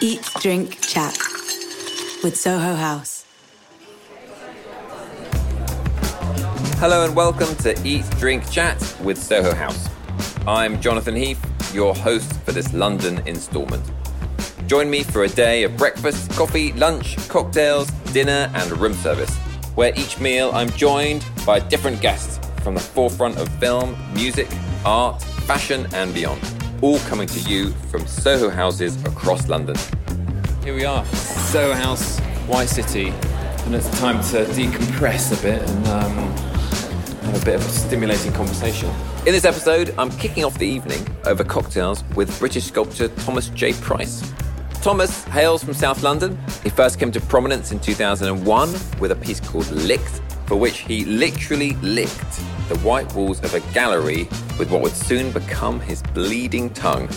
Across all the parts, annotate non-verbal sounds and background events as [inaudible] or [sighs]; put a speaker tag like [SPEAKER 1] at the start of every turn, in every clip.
[SPEAKER 1] Eat, drink, chat with Soho House.
[SPEAKER 2] Hello and welcome to Eat, Drink, Chat with Soho House. I'm Jonathan Heath, your host for this London instalment. Join me for a day of breakfast, coffee, lunch, cocktails, dinner, and room service, where each meal I'm joined by different guests from the forefront of film, music, art, fashion, and beyond, all coming to you from Soho houses across London. Here we are, Soho House, White City, and it's time to decompress a bit and um, have a bit of a stimulating conversation. In this episode, I'm kicking off the evening over cocktails with British sculptor Thomas J. Price. Thomas hails from South London. He first came to prominence in 2001 with a piece called Licked, for which he literally licked the white walls of a gallery with what would soon become his bleeding tongue.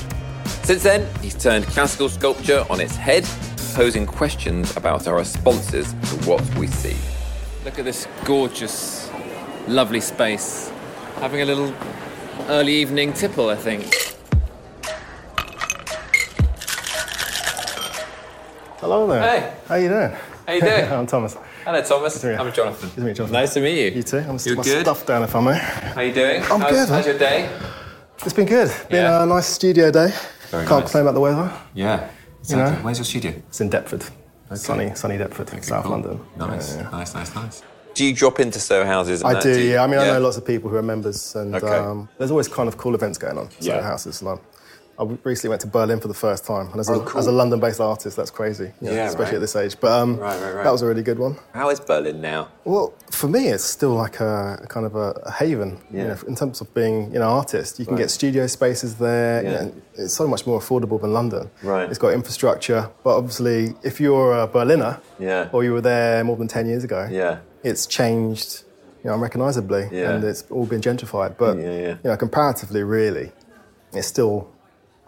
[SPEAKER 2] Since then, he's turned classical sculpture on its head, posing questions about our responses to what we see. Look at this gorgeous, lovely space. Having a little early evening tipple, I think.
[SPEAKER 3] Hello there.
[SPEAKER 2] Hey.
[SPEAKER 3] How you doing?
[SPEAKER 2] How you doing?
[SPEAKER 3] [laughs] I'm Thomas.
[SPEAKER 2] Hello, Thomas.
[SPEAKER 3] meet you.
[SPEAKER 2] I'm Jonathan.
[SPEAKER 3] to meet you, Jonathan.
[SPEAKER 2] Nice to meet you.
[SPEAKER 3] You too. I'm
[SPEAKER 2] You're
[SPEAKER 3] still my
[SPEAKER 2] good.
[SPEAKER 3] stuff down if I may.
[SPEAKER 2] How you doing?
[SPEAKER 3] I'm
[SPEAKER 2] how's,
[SPEAKER 3] good,
[SPEAKER 2] How's
[SPEAKER 3] huh?
[SPEAKER 2] your day?
[SPEAKER 3] It's been good. Been
[SPEAKER 2] Yeah.
[SPEAKER 3] a nice studio day.
[SPEAKER 2] Very
[SPEAKER 3] Can't
[SPEAKER 2] nice.
[SPEAKER 3] complain about the weather.
[SPEAKER 2] Yeah.
[SPEAKER 3] Exactly. know?
[SPEAKER 2] Where's your studio?
[SPEAKER 3] It's in Deptford. Sunny, sunny Deptford, South London. Yeah, yeah.
[SPEAKER 2] nice, nice, nice. Do you drop into Soho houses? and
[SPEAKER 3] I
[SPEAKER 2] that?
[SPEAKER 3] do,
[SPEAKER 2] you-
[SPEAKER 3] yeah. I mean, I know lots of people who are members, and
[SPEAKER 2] Okay.
[SPEAKER 3] um, there's always kind of cool events going on. So
[SPEAKER 2] Yeah.
[SPEAKER 3] houses, London. I recently went to Berlin for the first time, and as, a,
[SPEAKER 2] Oh, cool.
[SPEAKER 3] as a London-based artist, that's crazy. you know,
[SPEAKER 2] Yeah,
[SPEAKER 3] especially
[SPEAKER 2] right.
[SPEAKER 3] at this age. But um,
[SPEAKER 2] Right, right, right.
[SPEAKER 3] that was a really good one.
[SPEAKER 2] How is Berlin now?
[SPEAKER 3] Well, for me, it's still like a, a kind of a, a haven.
[SPEAKER 2] Yeah.
[SPEAKER 3] You know, in terms of being you know, an artist, you can
[SPEAKER 2] Right.
[SPEAKER 3] get studio spaces there. you
[SPEAKER 2] Yeah.
[SPEAKER 3] know, it's so much more affordable than London.
[SPEAKER 2] Right.
[SPEAKER 3] It's got infrastructure, but obviously, if you're a Berliner,
[SPEAKER 2] Yeah.
[SPEAKER 3] or you were there more than ten years ago,
[SPEAKER 2] Yeah.
[SPEAKER 3] it's changed, you know, unrecognisably,
[SPEAKER 2] Yeah.
[SPEAKER 3] and it's all been gentrified. But
[SPEAKER 2] Yeah, yeah.
[SPEAKER 3] you know, comparatively, really, it's still,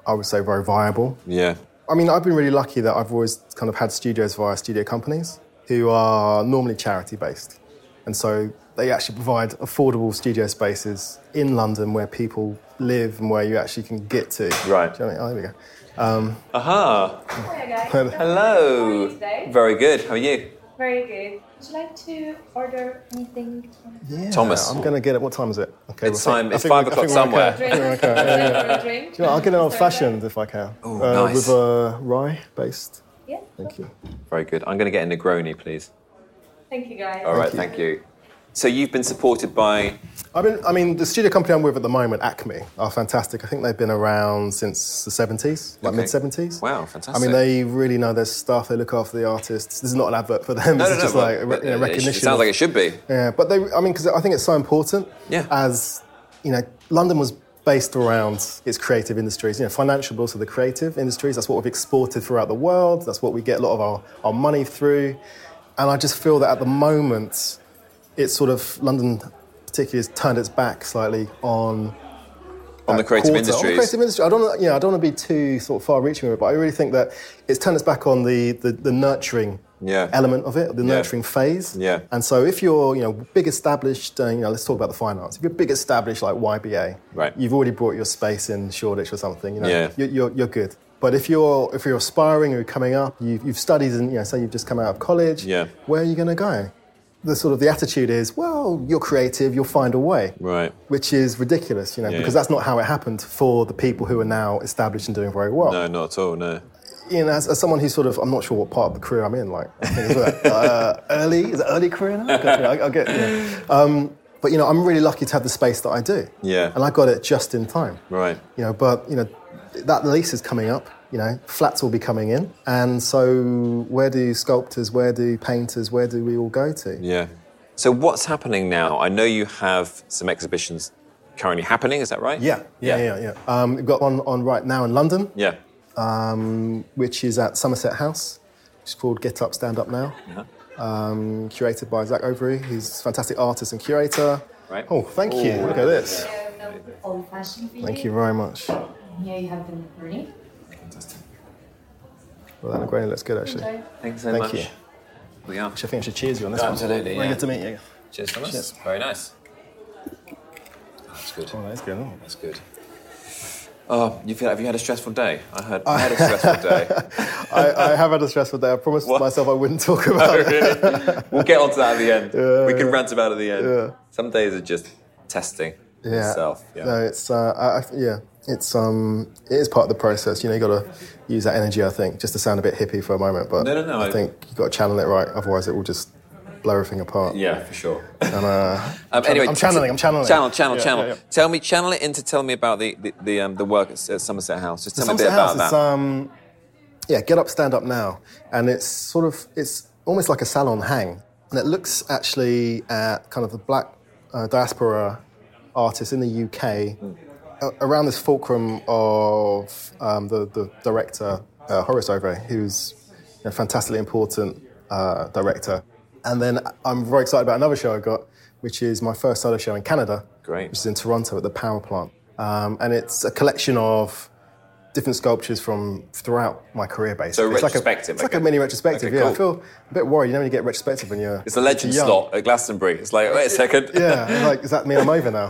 [SPEAKER 3] I would say, very viable.
[SPEAKER 2] Yeah.
[SPEAKER 3] I mean, I've been really lucky that I've always kind of had studios via studio companies who are normally charity based. And so they actually provide affordable studio spaces in London where people live and where you actually can get to.
[SPEAKER 2] Right.
[SPEAKER 3] Do you know what I mean? Oh, there
[SPEAKER 2] Aha. Hello.
[SPEAKER 3] Hello.
[SPEAKER 4] How are you today?
[SPEAKER 2] Very good. How are you?
[SPEAKER 4] Very good. Would you like to order anything?
[SPEAKER 3] we go. Yeah,
[SPEAKER 2] Thomas.
[SPEAKER 3] I'm going to get it. What time is it? Okay,
[SPEAKER 2] It's
[SPEAKER 3] we'll
[SPEAKER 2] time.
[SPEAKER 3] I
[SPEAKER 2] It's
[SPEAKER 3] think
[SPEAKER 2] five
[SPEAKER 3] we- I
[SPEAKER 2] o'clock
[SPEAKER 3] think we're
[SPEAKER 2] somewhere.
[SPEAKER 3] [laughs] okay.
[SPEAKER 4] Drink? Would you like a drink?
[SPEAKER 3] You know, I'll get an
[SPEAKER 4] Sorry.
[SPEAKER 3] old fashioned if I can.
[SPEAKER 2] Ooh,
[SPEAKER 3] uh,
[SPEAKER 2] nice.
[SPEAKER 3] With a rye based.
[SPEAKER 4] Yeah.
[SPEAKER 3] Thank you.
[SPEAKER 2] Very good. I'm going to get a Negroni, please.
[SPEAKER 4] Thank you guys.
[SPEAKER 2] All right.
[SPEAKER 3] you.
[SPEAKER 2] Thank you. So you've been supported by
[SPEAKER 3] I've been, I mean, the studio company I'm with at the moment, Acme, are fantastic. I think they've been around since the 70s, like
[SPEAKER 2] Okay.
[SPEAKER 3] mid 70s.
[SPEAKER 2] Wow,
[SPEAKER 3] I
[SPEAKER 2] fantastic.
[SPEAKER 3] mean, they really know their stuff. They look after the artists. This is not an advert for them.
[SPEAKER 2] No,
[SPEAKER 3] this
[SPEAKER 2] no,
[SPEAKER 3] is
[SPEAKER 2] no.
[SPEAKER 3] just
[SPEAKER 2] but-
[SPEAKER 3] like a re-
[SPEAKER 2] but
[SPEAKER 3] you know,
[SPEAKER 2] it-
[SPEAKER 3] recognition.
[SPEAKER 2] It sounds
[SPEAKER 3] of-
[SPEAKER 2] like it should be.
[SPEAKER 3] Yeah, but they, I mean, because I think it's so important.
[SPEAKER 2] Yeah.
[SPEAKER 3] As you know, London was based around its creative industries, you know, financial, but also the creative industries. That's what we've exported throughout the world. That's what we get a lot of our, our money through. And I just feel that at the moment, it's sort of London, particularly, has turned its back slightly on
[SPEAKER 2] On the
[SPEAKER 3] that
[SPEAKER 2] creative
[SPEAKER 3] quarter. On
[SPEAKER 2] industries.
[SPEAKER 3] the creative industry. I don't, you know, I don't want to be too sort of far-reaching with it, but I really think that it's turned its back on the the, the nurturing
[SPEAKER 2] Yeah.
[SPEAKER 3] element of it, the nurturing phase.
[SPEAKER 2] Yeah.
[SPEAKER 3] And so, if you're, you know, big established, uh, you know, let's talk about the finance. If you're big established like YBA,
[SPEAKER 2] Right.
[SPEAKER 3] you've already brought your space in Shoreditch or something. You know,
[SPEAKER 2] Yeah.
[SPEAKER 3] you're, you're, you're good. But if you're if you're aspiring or you're coming up, you've, you've studied and you know, say you've just come out of college,
[SPEAKER 2] Yeah.
[SPEAKER 3] where are you going to go? The sort of the attitude is, well, you're creative, you'll find a way
[SPEAKER 2] Right.
[SPEAKER 3] which is ridiculous, you know,
[SPEAKER 2] Yeah.
[SPEAKER 3] because that's not how it happened for the people who are now established and doing very well.
[SPEAKER 2] No, not at all. No.
[SPEAKER 3] You know, as, as someone who's sort of, I'm not sure what part of the career I'm in, like, I think
[SPEAKER 2] [laughs]
[SPEAKER 3] it's like, uh, early, is it early career now? God, you know, I, I get, yeah. um, but you know, I'm really lucky to have the space that I do.
[SPEAKER 2] Yeah.
[SPEAKER 3] And I got it just in time.
[SPEAKER 2] Right.
[SPEAKER 3] You know, but you know, that lease is coming up. You know, flats will be coming in, and so where do sculptors, where do painters, where do we all go to?
[SPEAKER 2] Yeah. So what's happening now? I know you have some exhibitions currently happening. Is that right?
[SPEAKER 3] Yeah, yeah, yeah, yeah. Um, we've got one on right now in London.
[SPEAKER 2] Yeah.
[SPEAKER 3] um, which is at Somerset House. It's called Get Up, Stand Up Now. Um, curated by Zach Overy, who's a fantastic artist and curator.
[SPEAKER 2] Right.
[SPEAKER 3] Oh, thank you. Look at this.
[SPEAKER 5] old fashioned for you.
[SPEAKER 3] Thank you very much. Well,
[SPEAKER 5] Here you have the macaroni.
[SPEAKER 2] Fantastic.
[SPEAKER 3] that Negroni looks good, actually.
[SPEAKER 5] Sorry.
[SPEAKER 2] Thanks so
[SPEAKER 3] Thank
[SPEAKER 2] much.
[SPEAKER 3] you.
[SPEAKER 2] We are.
[SPEAKER 3] I think I should cheers you on this one.
[SPEAKER 2] Absolutely,
[SPEAKER 3] Very
[SPEAKER 2] yeah.
[SPEAKER 3] good to meet you.
[SPEAKER 2] Cheers, Thomas.
[SPEAKER 3] Cheers.
[SPEAKER 2] Very nice. That's good.
[SPEAKER 3] Oh,
[SPEAKER 2] [laughs]
[SPEAKER 3] that's good. Oh. [laughs]
[SPEAKER 2] That's good. Oh, you've had, have you had a stressful day? [laughs] I heard I had a stressful day.
[SPEAKER 3] I, I have had a stressful day. I promised
[SPEAKER 2] What?
[SPEAKER 3] myself I
[SPEAKER 2] [laughs]
[SPEAKER 3] wouldn't talk about it.
[SPEAKER 2] Really? We'll get onto that at the end. we can rant about it at the end.
[SPEAKER 3] yeah.
[SPEAKER 2] Some days are just testing
[SPEAKER 3] yeah.
[SPEAKER 2] yourself. Yeah.
[SPEAKER 3] No, it's uh, I, I, yeah, it's um, it is part of the process. You know, you got to use that energy. I think just to sound a bit hippie for a moment, but
[SPEAKER 2] No, no, no,
[SPEAKER 3] I,
[SPEAKER 2] I-
[SPEAKER 3] think you got to channel it right, otherwise it will just blow everything apart.
[SPEAKER 2] Yeah, for sure. [laughs]
[SPEAKER 3] And, uh,
[SPEAKER 2] Um, anyway,
[SPEAKER 3] I'm channeling, I'm channeling.
[SPEAKER 2] Channel, channel,
[SPEAKER 3] Yeah,
[SPEAKER 2] channel.
[SPEAKER 3] yeah, yeah.
[SPEAKER 2] Tell me, channel it into tell me about the the, the, um, the work at, at Somerset House. Just tell me a
[SPEAKER 3] Sunset
[SPEAKER 2] bit about
[SPEAKER 3] House,
[SPEAKER 2] that.
[SPEAKER 3] It's, um, yeah, get up, stand up now, and it's sort of it's almost like a salon hang, and it looks actually at kind of the black uh, diaspora artists in the UK a- around this fulcrum of um, the the director uh, Horace Ove, who's a fantastically important uh, director, and then I'm very excited about another show I got, which is my first solo show in Canada,
[SPEAKER 2] Great.
[SPEAKER 3] which is in Toronto at the Power Plant, um, and it's a collection of different sculptures from throughout my career,
[SPEAKER 2] So
[SPEAKER 3] basically. it's
[SPEAKER 2] retrospective,
[SPEAKER 3] Like a, it's like
[SPEAKER 2] okay.
[SPEAKER 3] a mini retrospective.
[SPEAKER 2] Okay,
[SPEAKER 3] yeah, I
[SPEAKER 2] cool.
[SPEAKER 3] feel a bit worried. You know when you get retrospective when you're
[SPEAKER 2] It's a legend
[SPEAKER 3] you're young.
[SPEAKER 2] slot at Glastonbury. It's like, wait a second.
[SPEAKER 3] Yeah, like does that mean I'm over
[SPEAKER 2] [laughs]
[SPEAKER 3] now?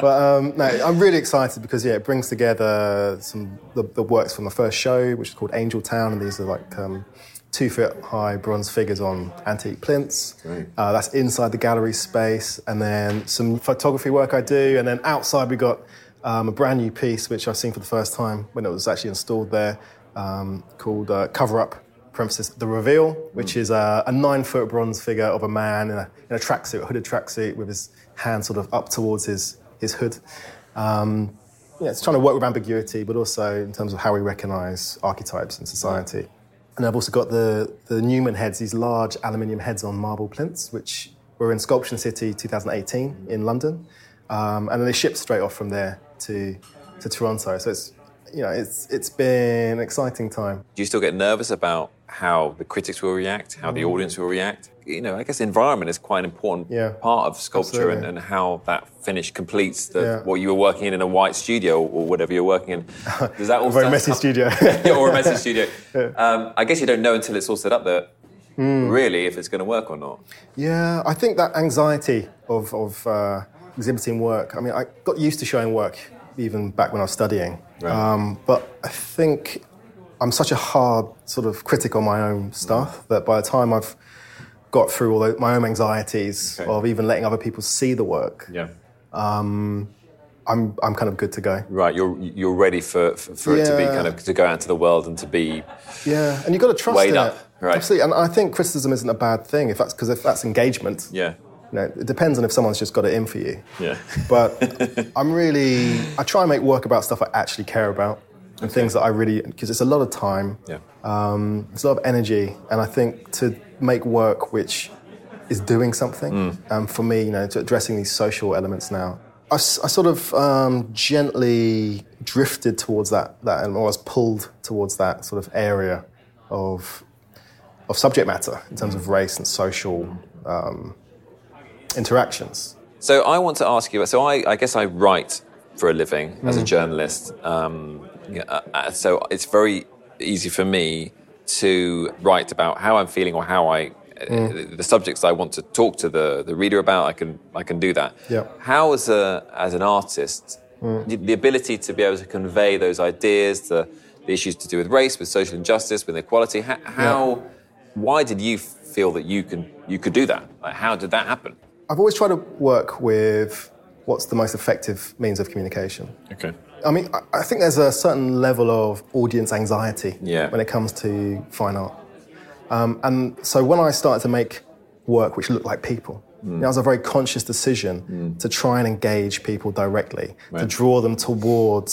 [SPEAKER 3] But um, no, I'm really excited because yeah, it brings together some the, the works from the first show, which is called Angel Town, and these are like um, two foot high bronze figures on antique plinths. Uh, that's inside the gallery space, and then some photography work I do, and then outside we got um, a brand new piece which I've seen for the first time when it was actually installed there, um, called uh, Cover Up premises the reveal, which is a, a nine-foot bronze figure of a man in a, in a tracksuit, a hooded tracksuit, with his hand sort of up towards his his hood. Um, yeah, it's trying to work with ambiguity, but also in terms of how we recognise archetypes in society. And I've also got the the Newman heads, these large aluminium heads on marble plinths, which were in Sculption City 2018 in London, um, and then they shipped straight off from there to to Toronto. So it's you know it's it's been an exciting time.
[SPEAKER 2] Do you still get nervous about how the critics will react, how the audience will react? You know, I guess environment is quite an important
[SPEAKER 3] Mm. Yeah.
[SPEAKER 2] part of sculpture and,
[SPEAKER 3] Absolutely.
[SPEAKER 2] and how that finish completes the,
[SPEAKER 3] Yeah.
[SPEAKER 2] what you were working in in a white studio or whatever you're working
[SPEAKER 3] [laughs]
[SPEAKER 2] in. Does that all
[SPEAKER 3] Very
[SPEAKER 2] sound-
[SPEAKER 3] messy
[SPEAKER 2] [laughs]
[SPEAKER 3] studio.
[SPEAKER 2] Yeah, or a messy studio. Um, I guess you don't know until it's all set up that really if it's going to work or not.
[SPEAKER 3] Yeah, I think that anxiety of, of uh, exhibiting work. I mean, I got used to showing work even back when I was studying.
[SPEAKER 2] Right.
[SPEAKER 3] Um, but I think I'm such a hard sort of critic on my own stuff that by the time I've got through all those, my own anxieties
[SPEAKER 2] Okay.
[SPEAKER 3] of even letting other people see the work,
[SPEAKER 2] Yeah.
[SPEAKER 3] I'm, I'm kind of good to go.
[SPEAKER 2] Right, you're you're ready for for, for it to be
[SPEAKER 3] Yeah.
[SPEAKER 2] kind of to go out into the world and to be
[SPEAKER 3] Yeah, and you've got to trust
[SPEAKER 2] Weighed
[SPEAKER 3] in
[SPEAKER 2] up,
[SPEAKER 3] it.
[SPEAKER 2] right.
[SPEAKER 3] Absolutely, and I think criticism isn't a bad thing if that's because if that's engagement.
[SPEAKER 2] yeah
[SPEAKER 3] You know, it depends on if someone's just got it in for you.
[SPEAKER 2] yeah [laughs]
[SPEAKER 3] but I'm really I try and make work about stuff I actually care about and things that I really because it's a lot of time,
[SPEAKER 2] yeah.
[SPEAKER 3] um, it's a lot of energy, and I think to make work which is doing something. Um, for me, you know, to addressing these social elements now. I, s- I sort of um, gently drifted towards that, that, and always pulled towards that sort of area of of subject matter in terms of race and social um, interactions.
[SPEAKER 2] So I want to ask you. about- So I, I guess I write for a living as a journalist. Um, yeah, uh, uh, so it's very easy for me to write about how I'm feeling or how I, uh, the subjects I want to talk to the, the reader about. I can I can do that.
[SPEAKER 3] Yeah.
[SPEAKER 2] How as a as an artist, the, the ability to be able to convey those ideas, the the issues to do with race, with social injustice, with inequality. How, how why did you feel that you can you could do that? Like, how did that happen?
[SPEAKER 3] I've always tried to work with what's the most effective means of communication.
[SPEAKER 2] Okay.
[SPEAKER 3] I mean, I- I think there's a certain level of audience anxiety
[SPEAKER 2] Yeah.
[SPEAKER 3] when it comes to fine art. Um, and so when I started to make work which looked like people,
[SPEAKER 2] Hmm.
[SPEAKER 3] that was a very conscious decision to try and engage people directly, to
[SPEAKER 2] Right.
[SPEAKER 3] draw them towards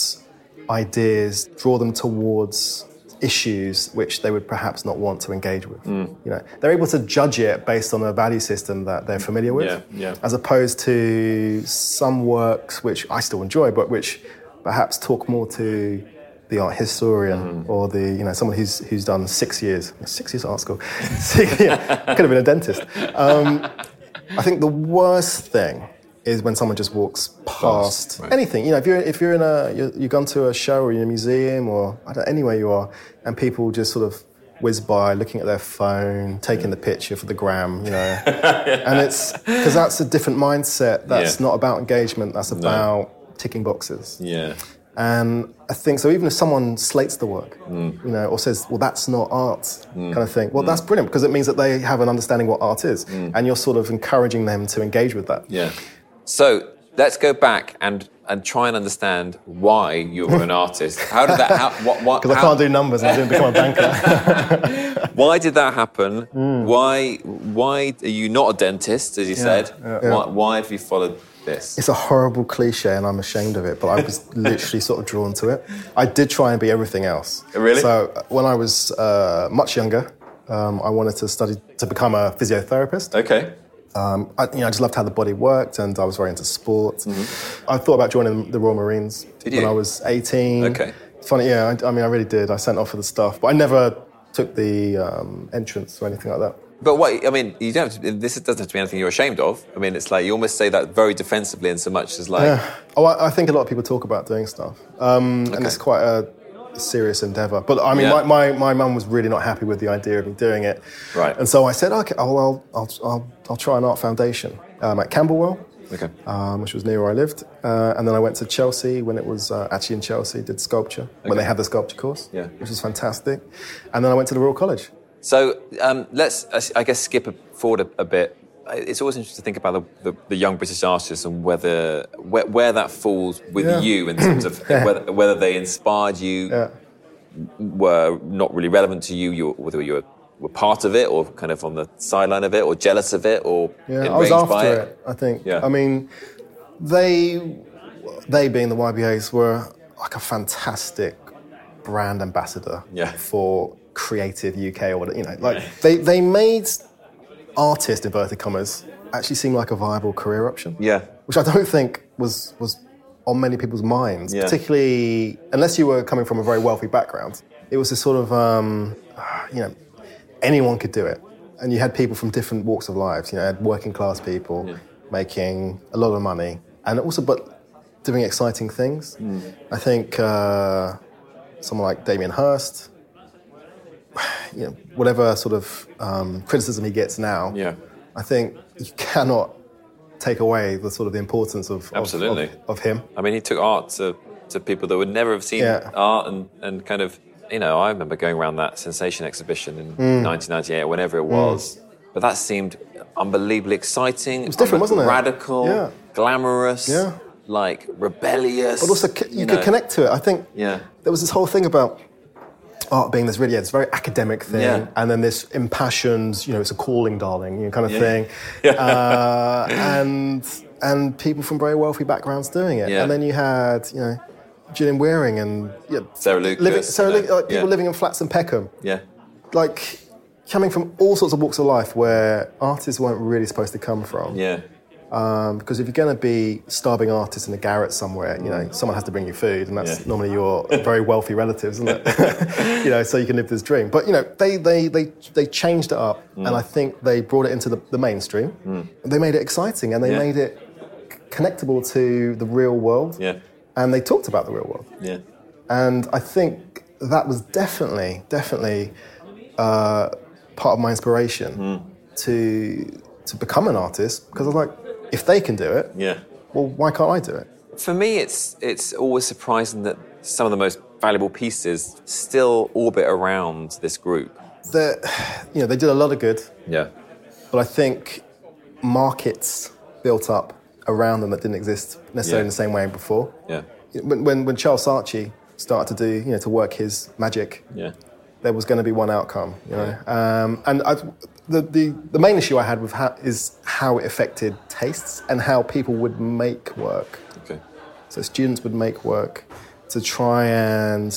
[SPEAKER 3] ideas, draw them towards issues which they would perhaps not want to engage with.
[SPEAKER 2] Hmm.
[SPEAKER 3] You know, they're able to judge it based on a value system that they're familiar with,
[SPEAKER 2] Yeah, yeah.
[SPEAKER 3] as opposed to some works which I still enjoy, but which perhaps talk more to the art historian or the you know someone who's who's done six years six years at art school. [laughs] Six- yeah, could have been a dentist. Um, I think the worst thing is when someone just walks past
[SPEAKER 2] right.
[SPEAKER 3] anything. You know, if you're if you're in a you're, you've gone to a show or in a museum or I don't anywhere you are, and people just sort of whiz by, looking at their phone, taking the picture for the gram. You know, and it's because that's a different mindset. That's
[SPEAKER 2] Yeah.
[SPEAKER 3] not about engagement. That's about ticking boxes.
[SPEAKER 2] Yeah.
[SPEAKER 3] And I think so. Even if someone slates the work,
[SPEAKER 2] Mm.
[SPEAKER 3] you know, or says, "Well, that's not art," kind of thing. Well, that's brilliant because it means that they have an understanding what art is,
[SPEAKER 2] Mm.
[SPEAKER 3] and you're sort of encouraging them to engage with that.
[SPEAKER 6] Yeah.
[SPEAKER 2] So let's go back and, and try and understand why you were
[SPEAKER 3] [laughs]
[SPEAKER 2] an artist. How did that? How, what, what,
[SPEAKER 3] Because I
[SPEAKER 2] how-
[SPEAKER 3] can't do numbers, and I didn't become a
[SPEAKER 2] [laughs]
[SPEAKER 3] banker.
[SPEAKER 2] Why did that happen?
[SPEAKER 3] Mm.
[SPEAKER 2] Why why are you not a dentist, as you said? Why, why have you followed this?
[SPEAKER 3] It's a horrible cliche, and I'm ashamed of it, but I was literally sort of drawn to it. I did try and be everything else.
[SPEAKER 2] Really?
[SPEAKER 3] So uh, when I was uh, much younger, um, I wanted to study to become a physiotherapist.
[SPEAKER 2] Okay.
[SPEAKER 3] Um, I, you know, I just loved how the body worked, and I was very into sport. I thought about joining the Royal Marines
[SPEAKER 2] Mm-hmm. Did
[SPEAKER 3] when
[SPEAKER 2] you?
[SPEAKER 3] I was 18.
[SPEAKER 2] Okay.
[SPEAKER 3] It's funny, yeah. I, I mean, I really did. I sent off for the stuff, but I never took the um, entrance or anything like that.
[SPEAKER 2] But what I mean, you don't have to, this doesn't have to be anything you're ashamed of. I mean, it's like you almost say that very defensively, in so much as like,
[SPEAKER 3] Oh, I, I think a lot of people talk about doing stuff, um, and it's quite a serious endeavor. But I mean,
[SPEAKER 2] Yeah.
[SPEAKER 3] my, my, my mum was really not happy with the idea of me doing it.
[SPEAKER 2] Right.
[SPEAKER 3] And so I said, okay, I'll, I'll, I'll, I'll, I'll try an art foundation um, at Camberwell,
[SPEAKER 2] okay,
[SPEAKER 3] um, which was near where I lived. Uh, and then I went to Chelsea when it was uh, actually in Chelsea, did sculpture, when they had the sculpture course,
[SPEAKER 2] Yeah.
[SPEAKER 3] which was fantastic. And then I went to the Royal College.
[SPEAKER 2] So um, let's, I- I guess, skip a- forward a, a bit. I- It's always interesting to think about the, the, the young British artists and whether where, where that falls with
[SPEAKER 3] Yeah.
[SPEAKER 2] you in terms
[SPEAKER 3] [laughs]
[SPEAKER 2] of whether, whether they inspired you, were not really relevant to you, you were- whether you were, were part of it or kind of on the sideline of it or jealous of it or
[SPEAKER 3] Yeah,
[SPEAKER 2] enraged
[SPEAKER 3] I was
[SPEAKER 2] by
[SPEAKER 3] after
[SPEAKER 2] it.
[SPEAKER 3] it. I think.
[SPEAKER 2] Yeah.
[SPEAKER 3] I mean, they, they being the YBAs were like a fantastic brand ambassador
[SPEAKER 2] Yeah.
[SPEAKER 3] for creative UK or whatever. You know, like they they made artist inverted commas actually seem like a viable career option.
[SPEAKER 2] Yeah.
[SPEAKER 3] which I don't think was was on many people's minds,
[SPEAKER 2] Yeah.
[SPEAKER 3] particularly unless you were coming from a very wealthy background. It was this sort of um, you know anyone could do it. And you had people from different walks of lives. You know, you had working class people making a lot of money, and also but doing exciting things. I think uh, someone like Damien Hirst, [sighs] you know, whatever sort of um, criticism he gets now,
[SPEAKER 2] Yeah.
[SPEAKER 3] I think you cannot take away the sort of the importance of of-
[SPEAKER 2] Absolutely.
[SPEAKER 3] of, of him.
[SPEAKER 2] I mean, he took art to, to people that would never have seen
[SPEAKER 3] Yeah.
[SPEAKER 2] art and, and kind of, you know, I remember going around that Sensation exhibition in
[SPEAKER 3] Hmm.
[SPEAKER 2] 1998, whenever it was. But that seemed unbelievably exciting. It was
[SPEAKER 3] different, wasn't it?
[SPEAKER 2] Radical,
[SPEAKER 3] Yeah.
[SPEAKER 2] glamorous,
[SPEAKER 3] Yeah.
[SPEAKER 2] like rebellious.
[SPEAKER 3] But also, c- you,
[SPEAKER 2] know.
[SPEAKER 3] could connect to it. I think
[SPEAKER 2] Yeah.
[SPEAKER 3] there was this whole thing about art being this really, yeah, this very academic thing,
[SPEAKER 2] Yeah.
[SPEAKER 3] and then this impassioned, you know, it's a calling, darling, you know, kind of
[SPEAKER 2] [laughs] Yeah.
[SPEAKER 3] thing. Uh, and and people from very wealthy backgrounds doing it.
[SPEAKER 2] Yeah.
[SPEAKER 3] And then you had, you know, Gillian Wearing and yeah,
[SPEAKER 2] Sarah Lucas,
[SPEAKER 3] living, Sarah
[SPEAKER 2] you know,
[SPEAKER 3] Lucas, like, people
[SPEAKER 2] yeah.
[SPEAKER 3] living in flats in Peckham.
[SPEAKER 2] Yeah.
[SPEAKER 3] Like, coming from all sorts of walks of life where artists weren't really supposed to come from.
[SPEAKER 2] Yeah.
[SPEAKER 3] Um, because if you're going to be starving artists in a garret somewhere, you know, someone has to bring you food, and that's
[SPEAKER 2] Yeah.
[SPEAKER 3] normally your very wealthy relatives, isn't it? [laughs] you know, so you can live this dream. But you know, they they they they changed it up,
[SPEAKER 2] Mm.
[SPEAKER 3] and I think they brought it into the, the mainstream. They made it exciting, and they
[SPEAKER 2] Yeah.
[SPEAKER 3] made it c- connectable to the real world.
[SPEAKER 2] Yeah.
[SPEAKER 3] And they talked about the real world.
[SPEAKER 2] Yeah.
[SPEAKER 3] And I think that was definitely, definitely uh, part of my inspiration
[SPEAKER 2] Mm.
[SPEAKER 3] to to become an artist because I was like, if they can do it,
[SPEAKER 2] Yeah.
[SPEAKER 3] well, why can't I do it?
[SPEAKER 2] For me, it's it's always surprising that some of the most valuable pieces still orbit around this group.
[SPEAKER 3] They're, you know, they did a lot of good,
[SPEAKER 2] Yeah.
[SPEAKER 3] but I think markets built up around them that didn't exist necessarily
[SPEAKER 2] Yeah.
[SPEAKER 3] in the same way before.
[SPEAKER 2] Yeah.
[SPEAKER 3] When, when, when Charles Saatchi started to do, you know, to work his magic,
[SPEAKER 2] Yeah.
[SPEAKER 3] there was going to be one outcome, you know. Um, and I, the, the the main issue I had with how, is how it affected tastes and how people would make work.
[SPEAKER 2] Okay.
[SPEAKER 3] So students would make work to try and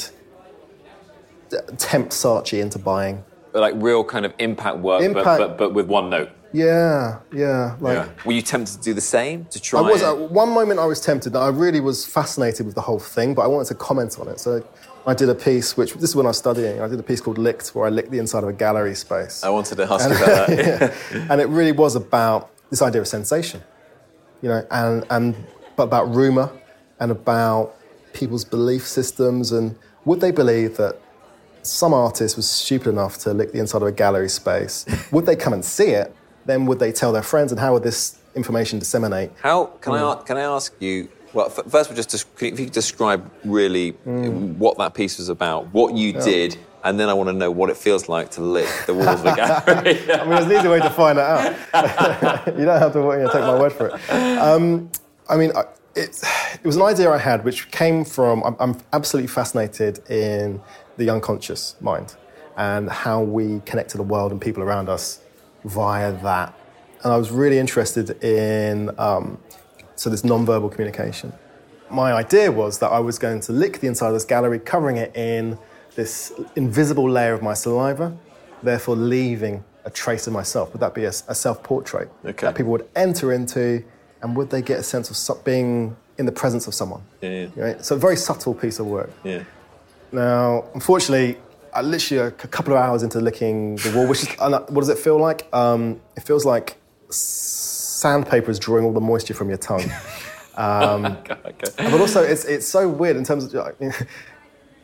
[SPEAKER 3] tempt Saatchi into buying.
[SPEAKER 2] Like real kind of impact work, But,
[SPEAKER 3] Impact-
[SPEAKER 2] but but with one note.
[SPEAKER 3] Yeah, yeah, like.
[SPEAKER 2] Were you tempted to do the same to try?
[SPEAKER 3] I was
[SPEAKER 2] it?
[SPEAKER 3] at one moment I was tempted. that I really was fascinated with the whole thing, but I wanted to comment on it. So I did a piece, which this is when I was studying. I did a piece called "Licked," where I licked the inside of a gallery space.
[SPEAKER 2] I wanted to ask you about [laughs] that.
[SPEAKER 3] and it really was about this idea of sensation, you know, and, and but about rumor and about people's belief systems and would they believe that some artist was stupid enough to lick the inside of a gallery space? would they come and see it?
[SPEAKER 2] Mm.
[SPEAKER 3] Then would they tell their friends? And how would this information disseminate?
[SPEAKER 2] How can I I can I ask you Well, f- first, we'll just desc- if you could describe really what that piece was about, what you did, and then I want to know what it feels like to lick the walls [laughs] of a gallery.
[SPEAKER 3] I mean, there's an easy way to find that out. [laughs] you don't have to you know, take my word for it. Um, I mean, I- it, it was an idea I had, which came from I'm, I'm absolutely fascinated in the unconscious mind and how we connect to the world and people around us via that. And I was really interested in um, so this nonverbal communication. My idea was that I was going to lick the inside of this gallery, covering it in this invisible layer of my saliva, therefore leaving a trace of myself. Would that be a, a self-portrait
[SPEAKER 2] Okay.
[SPEAKER 3] that people would enter into, and would they get a sense of so- being in the presence of someone?
[SPEAKER 2] yeah.
[SPEAKER 3] Right? So a very subtle piece of work.
[SPEAKER 2] yeah.
[SPEAKER 3] Now, unfortunately, I literally uh, a c- couple of hours into licking the wall, which is, [laughs] and I- what does it feel like? Um, it feels like s- sandpaper is drawing all the moisture from your tongue.
[SPEAKER 2] Okay, okay.
[SPEAKER 3] but also, it's, it's so weird in terms of. I mean, [laughs]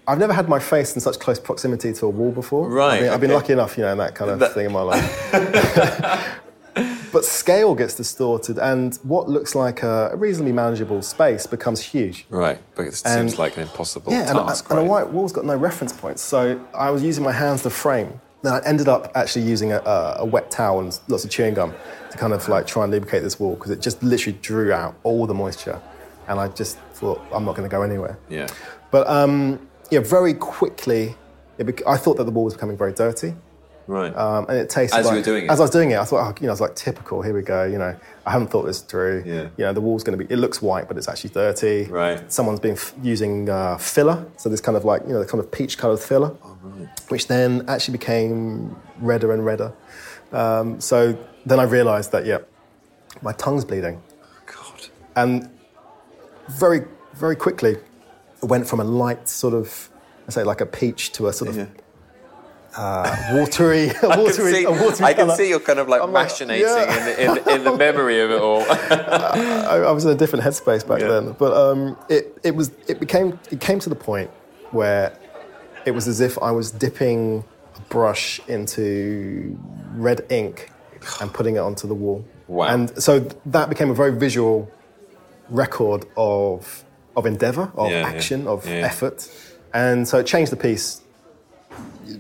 [SPEAKER 3] I've never had my face in such close proximity to a wall before.
[SPEAKER 2] Right,
[SPEAKER 3] I mean, I've been
[SPEAKER 2] okay.
[SPEAKER 3] lucky enough, you know, in that kind of
[SPEAKER 2] That-
[SPEAKER 3] thing
[SPEAKER 2] [laughs]
[SPEAKER 3] in my life. [laughs] but scale gets distorted, and what looks like a reasonably manageable space becomes huge.
[SPEAKER 2] Right, Oh, but it
[SPEAKER 3] And-
[SPEAKER 2] seems like an impossible
[SPEAKER 3] Yeah, and, a-
[SPEAKER 2] task.
[SPEAKER 3] and a
[SPEAKER 2] right?
[SPEAKER 3] white wall's got no reference points. So I was using my hands to frame. Then I ended up actually using a, a, a wet towel and lots of chewing gum to kind of like try and lubricate this wall because it just literally drew out all the moisture. And I just thought, I'm not going to go anywhere.
[SPEAKER 2] Yeah.
[SPEAKER 3] But um, yeah, very quickly, it bec- I thought that the wall was becoming very dirty.
[SPEAKER 2] Right.
[SPEAKER 3] Um, and it tasted
[SPEAKER 2] As you
[SPEAKER 3] like,
[SPEAKER 2] were doing it.
[SPEAKER 3] As I was doing it, I thought, oh, you know, I was like, typical. Here we go. You know, I haven't thought this through.
[SPEAKER 2] Yeah.
[SPEAKER 3] You know, the wall's going to be. It looks white, but it's actually dirty.
[SPEAKER 2] Right.
[SPEAKER 3] Someone's been f- using uh, filler, so this kind of like you know, the kind of peach-coloured filler,
[SPEAKER 2] Oh,
[SPEAKER 3] which then actually became redder and redder. Um, so then I realised that, yeah, my tongue's bleeding,
[SPEAKER 2] God.
[SPEAKER 3] and Um, very, very quickly, it went from a light sort of, I say, like a peach to a sort of uh,
[SPEAKER 2] Yeah.
[SPEAKER 3] watery, [laughs] a
[SPEAKER 2] I can,
[SPEAKER 3] watery,
[SPEAKER 2] see,
[SPEAKER 3] a watery
[SPEAKER 2] I can
[SPEAKER 3] colour.
[SPEAKER 2] see you're kind of like
[SPEAKER 3] I'm like,
[SPEAKER 2] machinating
[SPEAKER 3] yeah.
[SPEAKER 2] in, the, in, in the memory of it [laughs] all.
[SPEAKER 3] I, I was in a different headspace back
[SPEAKER 2] Yeah.
[SPEAKER 3] then. But um, it, it was it became it came to the point where it was as if I was dipping a brush into red ink and putting it onto the wall.
[SPEAKER 2] Wow.
[SPEAKER 3] And so that became a very visual record of of endeavour, of
[SPEAKER 2] Yeah, yeah.
[SPEAKER 3] action, of
[SPEAKER 2] Yeah.
[SPEAKER 3] effort. And so it changed the piece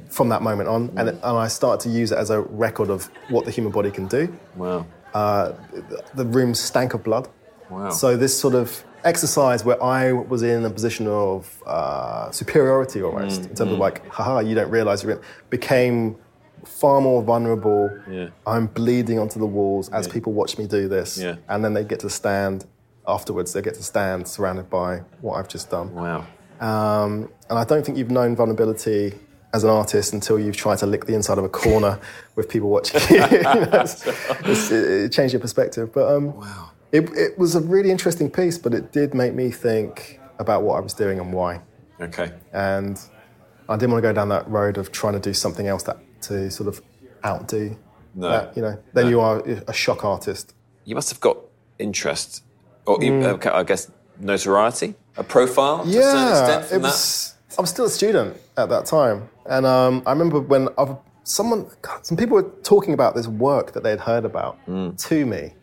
[SPEAKER 3] from that moment on, and, it, and I started to use it as a record of what the human body can do.
[SPEAKER 2] wow.
[SPEAKER 3] Uh, the- the room stank of blood.
[SPEAKER 2] Wow.
[SPEAKER 3] So this sort of exercise where I was in a position of uh, superiority almost,
[SPEAKER 2] Mm,
[SPEAKER 3] in terms of like, haha, you don't realize you're in, became far more vulnerable.
[SPEAKER 2] Yeah.
[SPEAKER 3] I'm bleeding onto the walls as people watch me do this.
[SPEAKER 2] Yeah.
[SPEAKER 3] And then they get to stand afterwards, they get to stand surrounded by what I've just done.
[SPEAKER 2] wow.
[SPEAKER 3] Um, and I don't think you've known vulnerability as an artist until you've tried to lick the inside of
[SPEAKER 2] [laughs]
[SPEAKER 3] a corner with people watching you. [laughs] You know, it's- it's- it, it changed your perspective. But um, it, it was a really interesting piece, but it did make me think about what I was doing and why.
[SPEAKER 2] Okay.
[SPEAKER 3] And I didn't want to go down that road of trying to do something else that to sort of outdo.
[SPEAKER 2] No.
[SPEAKER 3] That, you know, then you are a shock artist.
[SPEAKER 2] You must have got interest, or
[SPEAKER 3] Mm.
[SPEAKER 2] uh, I guess notoriety, a profile to a certain extent from
[SPEAKER 3] it was, I was still a student at that time, and um, I remember when i someone, God, some people were talking about this work that they had heard about
[SPEAKER 2] Mm.
[SPEAKER 3] to me,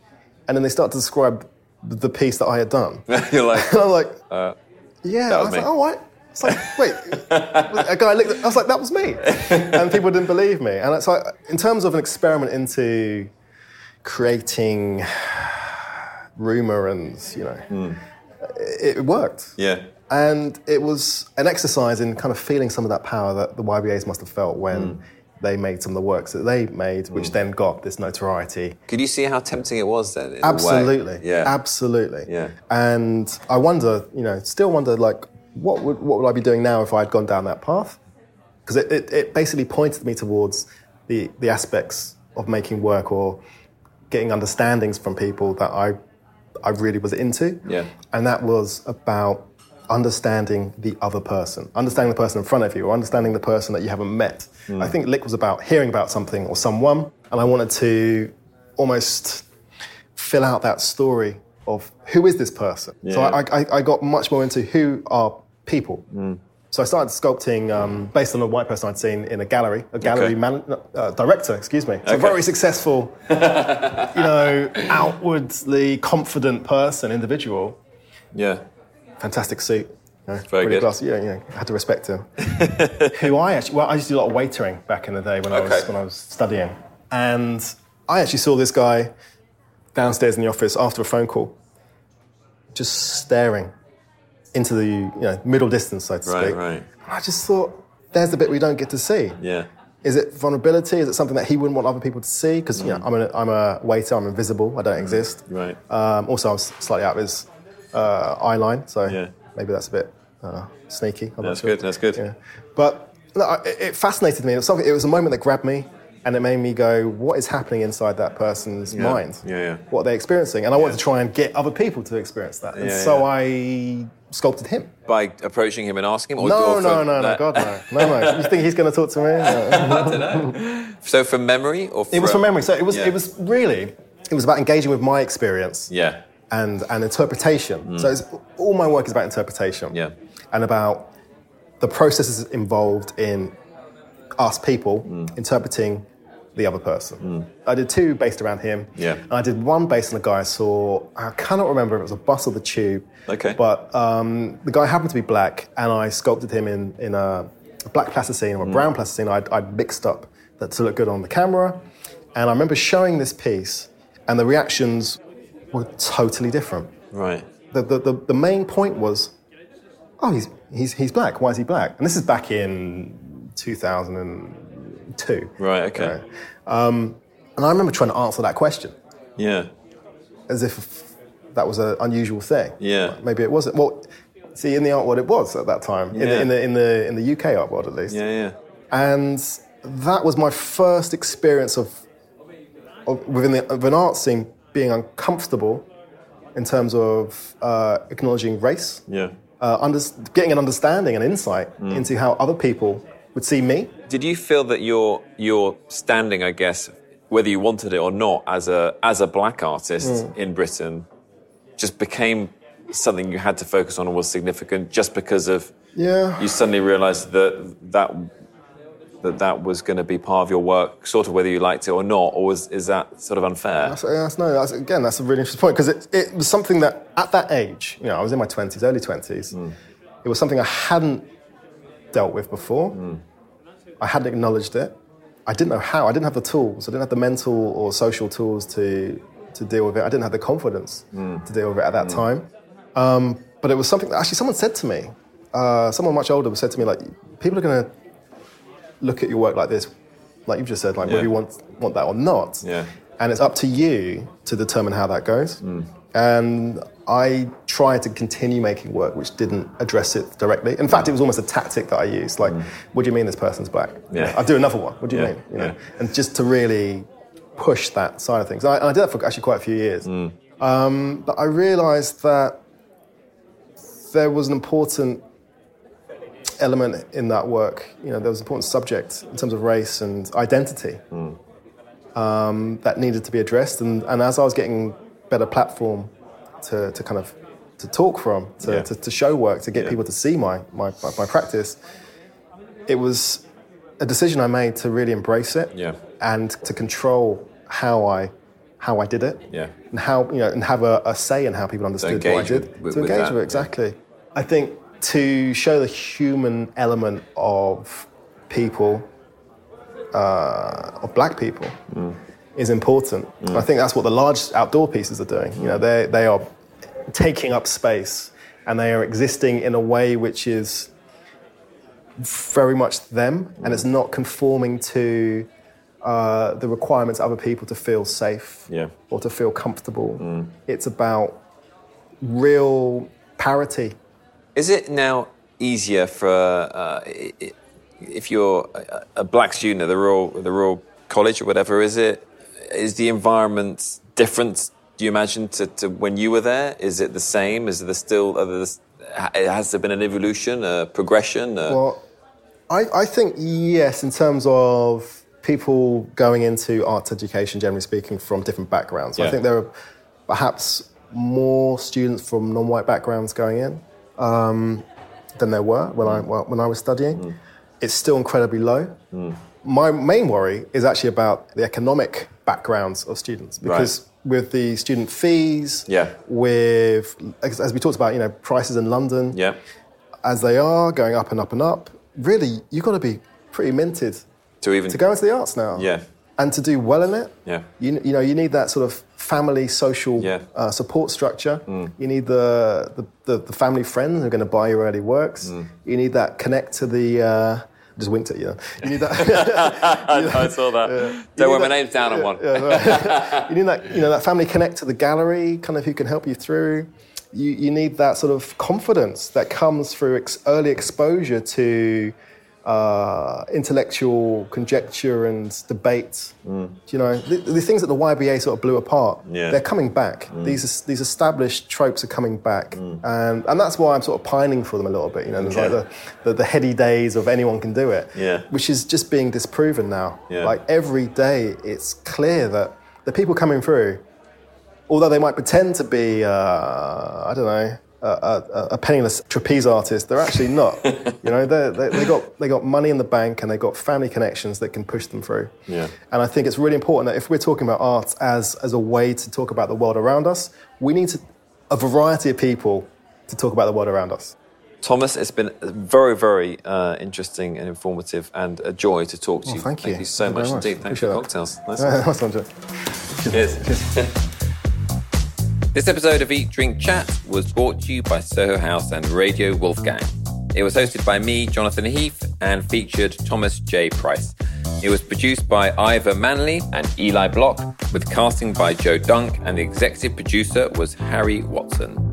[SPEAKER 3] and then they start to describe the piece that I had done, [laughs] and
[SPEAKER 2] that. [laughs] You're like,
[SPEAKER 3] I'm
[SPEAKER 2] [laughs]
[SPEAKER 3] like, yeah,
[SPEAKER 2] Uh, that
[SPEAKER 3] I
[SPEAKER 2] was
[SPEAKER 3] was
[SPEAKER 2] me.
[SPEAKER 3] like, oh, what? It's
[SPEAKER 2] [laughs]
[SPEAKER 3] like, wait, a guy looked. At, I was like, that was me, and people didn't believe me. And it's like, in terms of an experiment into creating [sighs] rumor and you know,
[SPEAKER 2] Mm.
[SPEAKER 3] it, it worked.
[SPEAKER 2] yeah,
[SPEAKER 3] And it was an exercise in kind of feeling some of that power that the YBAs must have felt when they made some of the works that they made, which then got this notoriety.
[SPEAKER 2] Could you see how tempting it was then? in a way?
[SPEAKER 3] Absolutely.
[SPEAKER 2] Yeah.
[SPEAKER 3] Absolutely.
[SPEAKER 2] Yeah.
[SPEAKER 3] And I wonder, you know, still wonder, like, what would, what would I be doing now if I had gone down that path? Because it, it, it basically pointed me towards the, the aspects of making work or getting understandings from people that I, I really was into.
[SPEAKER 2] Yeah.
[SPEAKER 3] And that was about understanding the other person, understanding the person in front of you, or understanding the person that you haven't met.
[SPEAKER 2] Hmm.
[SPEAKER 3] I think Lick was about hearing about something or someone, and I wanted to almost fill out that story of who is this person. So
[SPEAKER 2] Yeah. Mm.
[SPEAKER 3] I, I, I got much more into who are people. So I started sculpting um, based on a white person I'd seen in a gallery, a gallery man, uh, director, excuse me. So a
[SPEAKER 2] Okay.
[SPEAKER 3] very
[SPEAKER 2] [laughs]
[SPEAKER 3] successful, you know, outwardly confident person, individual.
[SPEAKER 2] Yeah.
[SPEAKER 3] fantastic suit. You know,
[SPEAKER 2] Very
[SPEAKER 3] pretty
[SPEAKER 2] good.
[SPEAKER 3] Glass. Yeah, yeah, I had to respect
[SPEAKER 2] [laughs]
[SPEAKER 3] him. Who I actually, well, I used to do a lot of waitering back in the day when I was
[SPEAKER 2] Okay.
[SPEAKER 3] when I was studying, and I actually saw this guy downstairs in the office after a phone call, just staring into the you know middle distance, so to
[SPEAKER 2] Right,
[SPEAKER 3] speak.
[SPEAKER 2] right.
[SPEAKER 3] And I just thought, there's the bit we don't get to see.
[SPEAKER 2] Yeah.
[SPEAKER 3] Is it vulnerability? Is it something that he wouldn't want other people to see? Because you know, I'm a, I'm a waiter, I'm invisible, I don't exist.
[SPEAKER 2] Mm. Right.
[SPEAKER 3] Um, also, I was slightly out of his uh, eye line, so
[SPEAKER 2] Yeah.
[SPEAKER 3] maybe that's a bit uh, sneaky. I'm not
[SPEAKER 2] That's
[SPEAKER 3] sure.
[SPEAKER 2] good. That's good.
[SPEAKER 3] Yeah. But no, I- it it fascinated me. It was, something, it was a moment that grabbed me, and it made me go, "What is happening inside that person's mind?
[SPEAKER 2] Yeah, yeah.
[SPEAKER 3] What are they experiencing?" And I wanted to try and get other people to experience that, and
[SPEAKER 2] Yeah,
[SPEAKER 3] so
[SPEAKER 2] yeah.
[SPEAKER 3] I sculpted him.
[SPEAKER 2] By approaching him and asking him? Or
[SPEAKER 3] No,
[SPEAKER 2] or
[SPEAKER 3] no,
[SPEAKER 2] from-
[SPEAKER 3] no, no,
[SPEAKER 2] [laughs]
[SPEAKER 3] God, no, no, no. You think he's going to talk to me? No.
[SPEAKER 2] So from memory or from...
[SPEAKER 3] It was from memory. So it was
[SPEAKER 2] Yeah.
[SPEAKER 3] it was really it was about engaging with my experience
[SPEAKER 2] Yeah. Mm.
[SPEAKER 3] and and interpretation. So it's, all my work is about interpretation.
[SPEAKER 2] Yeah.
[SPEAKER 3] And about the processes involved in us people
[SPEAKER 2] Mm.
[SPEAKER 3] interpreting the other person. I did two based around him.
[SPEAKER 2] Yeah.
[SPEAKER 3] And I did one based on a guy I saw. I cannot remember if it was a bus or the tube.
[SPEAKER 2] Okay.
[SPEAKER 3] But um, the guy happened to be black, and I sculpted him in in a black plasticine or a brown plasticine. I'd, I'd mixed up that to look good on the camera. And I remember showing this piece, and the reactions were totally different
[SPEAKER 2] Right.
[SPEAKER 3] the, the, the, the main point was, oh, he's, he's, he's black. Why is he black? And this is back in 2002.
[SPEAKER 2] Right, okay.
[SPEAKER 3] Um, and I remember trying to answer that question
[SPEAKER 2] Yeah.
[SPEAKER 3] as if that was an unusual thing.
[SPEAKER 2] Yeah.
[SPEAKER 3] Maybe it wasn't. Well, see, in the art world, it was at that time, in,
[SPEAKER 2] Yeah.
[SPEAKER 3] the, in, the, in, the, in the UK art world at least.
[SPEAKER 2] Yeah, yeah.
[SPEAKER 3] And that was my first experience of, of within the, of an art scene being uncomfortable in terms of uh, acknowledging race
[SPEAKER 2] Yeah.
[SPEAKER 3] uh, under, getting an understanding and insight
[SPEAKER 2] Mm.
[SPEAKER 3] into how other people would see me.
[SPEAKER 2] Did you feel that your your standing, I guess, whether you wanted it or not, as a as a black artist in Britain, just became something you had to focus on and was significant just because of
[SPEAKER 3] Yeah.
[SPEAKER 2] you suddenly realised that that that that was going to be part of your work, sort of whether you liked it or not, or was, is that sort of unfair?
[SPEAKER 3] That's, that's, no, that's, again, that's a really interesting point because it, it was something that at that age, you know, I was in my 20s, early 20s, it was something I hadn't dealt with before. I hadn't acknowledged it. I didn't know how. I didn't have the tools. I didn't have the mental or social tools to, to deal with it. I didn't have the confidence to deal with it at that time. Um, but it was something that actually someone said to me, uh, someone much older said to me, like, people are going to look at your work like this, like you've just said, like
[SPEAKER 2] Yeah.
[SPEAKER 3] whether you want, want that or not.
[SPEAKER 2] Yeah. Mm.
[SPEAKER 3] And it's up to you to determine how that goes. And I tried to continue making work which didn't address it directly. In fact, it was almost a tactic that I used. Like, what do you mean this person's black?
[SPEAKER 2] Mm. Yeah.
[SPEAKER 3] I'll do another one. What do you
[SPEAKER 2] Yeah,
[SPEAKER 3] mean? You know?
[SPEAKER 2] yeah.
[SPEAKER 3] And just to really push that side of things. And I, and I did that for actually quite a few years.
[SPEAKER 2] Mm.
[SPEAKER 3] Um, but I realized that there was an important element in that work. You know, there was an important subject in terms of race and identity um, that needed to be addressed. And, and as I was getting better platform to, to kind of to talk from, to,
[SPEAKER 2] Yeah.
[SPEAKER 3] to, to show work, to get
[SPEAKER 2] Yeah.
[SPEAKER 3] people to see my, my, my, my practice, it was a decision I made to really embrace it
[SPEAKER 2] Yeah.
[SPEAKER 3] and to control how I how I did it
[SPEAKER 2] Yeah.
[SPEAKER 3] and how you know and have a, a say in how people understood what I
[SPEAKER 2] engage
[SPEAKER 3] did
[SPEAKER 2] with- with-
[SPEAKER 3] to
[SPEAKER 2] with
[SPEAKER 3] engage
[SPEAKER 2] that,
[SPEAKER 3] with it exactly. I think to show the human element of people uh, of black people
[SPEAKER 2] Mm.
[SPEAKER 3] is important. I think that's what the large outdoor pieces are doing. You know, they they are taking up space and they are existing in a way which is very much them and it's not conforming to uh, the requirements of other people to feel safe
[SPEAKER 2] Yeah.
[SPEAKER 3] or to feel comfortable. It's about real parity.
[SPEAKER 2] Is it now easier for uh, i- i- if you're a- a black student at the Royal, the Royal College or whatever? Is it is the environment different? Do you imagine to, to when you were there? Is it the same? Is there still are there, s- ha- has there been an evolution, a progression? A,
[SPEAKER 3] Well, I, I think yes, in terms of people going into arts education, generally speaking, from different backgrounds.
[SPEAKER 2] Yeah.
[SPEAKER 3] I think there are perhaps more students from non-white backgrounds going in um, than there were when I well, when I was studying.
[SPEAKER 2] Mm.
[SPEAKER 3] It's still incredibly low. My main worry is actually about the economic backgrounds of students
[SPEAKER 2] Right.
[SPEAKER 3] because with the student fees,
[SPEAKER 2] Yeah.
[SPEAKER 3] with as, as we talked about, you know, prices in London,
[SPEAKER 2] Yeah.
[SPEAKER 3] as they are going up and up and up. Really, you've got to be pretty minted
[SPEAKER 2] To even
[SPEAKER 3] to go into the arts now.
[SPEAKER 2] Yeah.
[SPEAKER 3] And to do well in it,
[SPEAKER 2] Yeah.
[SPEAKER 3] you, you know, you need that sort of family social
[SPEAKER 2] Yeah. Mm.
[SPEAKER 3] uh, support structure. You need the, the, the, the family friends who are going to buy your early works.
[SPEAKER 2] Mm.
[SPEAKER 3] You need that connect to the. Uh, I just winked at you. You need
[SPEAKER 2] [laughs]
[SPEAKER 3] that.
[SPEAKER 2] I, I saw that. Don't worry, my name's down on one.
[SPEAKER 3] you need that. You know that family connect to the gallery, kind of who can help you through. You, you need that sort of confidence that comes through ex- early exposure to uh, intellectual conjecture and debate. You know the, the things that the YBA sort of blew apart.
[SPEAKER 2] Mm. Yeah. Mm.
[SPEAKER 3] They're coming back. These es- these established tropes are coming back, and and that's why I'm sort of pining for them a little bit. You know, there's
[SPEAKER 2] Okay.
[SPEAKER 3] like the, the the heady days of anyone can do it,
[SPEAKER 2] Yeah.
[SPEAKER 3] which is just being disproven now.
[SPEAKER 2] Yeah.
[SPEAKER 3] Like every day, it's clear that the people coming through, although they might pretend to be, uh, I don't know, a, a, a penniless trapeze artist, they're actually
[SPEAKER 2] [laughs]
[SPEAKER 3] not. you know, they're- they they got they got money in the bank and they got family connections that can push them through.
[SPEAKER 2] Yeah.
[SPEAKER 3] And I think it's really important that if we're talking about art as as a way to talk about the world around us, we need to, a variety of people to talk about the world around us.
[SPEAKER 2] Thomas, it's been very, very uh, interesting and informative and a joy to talk to you.
[SPEAKER 3] thank you.
[SPEAKER 2] Thank you so
[SPEAKER 3] Thank you
[SPEAKER 2] much
[SPEAKER 3] very much.
[SPEAKER 2] indeed. Thanks for the
[SPEAKER 3] Appreciate
[SPEAKER 2] cocktails.
[SPEAKER 3] [laughs]
[SPEAKER 2] Nice one.
[SPEAKER 3] That's what I'm doing.
[SPEAKER 2] [laughs] This episode of Eat, Drink, Chat was brought to you by Soho House and Radio Wolfgang. It was hosted by me, Jonathan Heath, and featured Thomas J. Price. It was produced by Ivor Manley and Eli Block, with casting by Joe Dunk, and the executive producer was Harry Watson.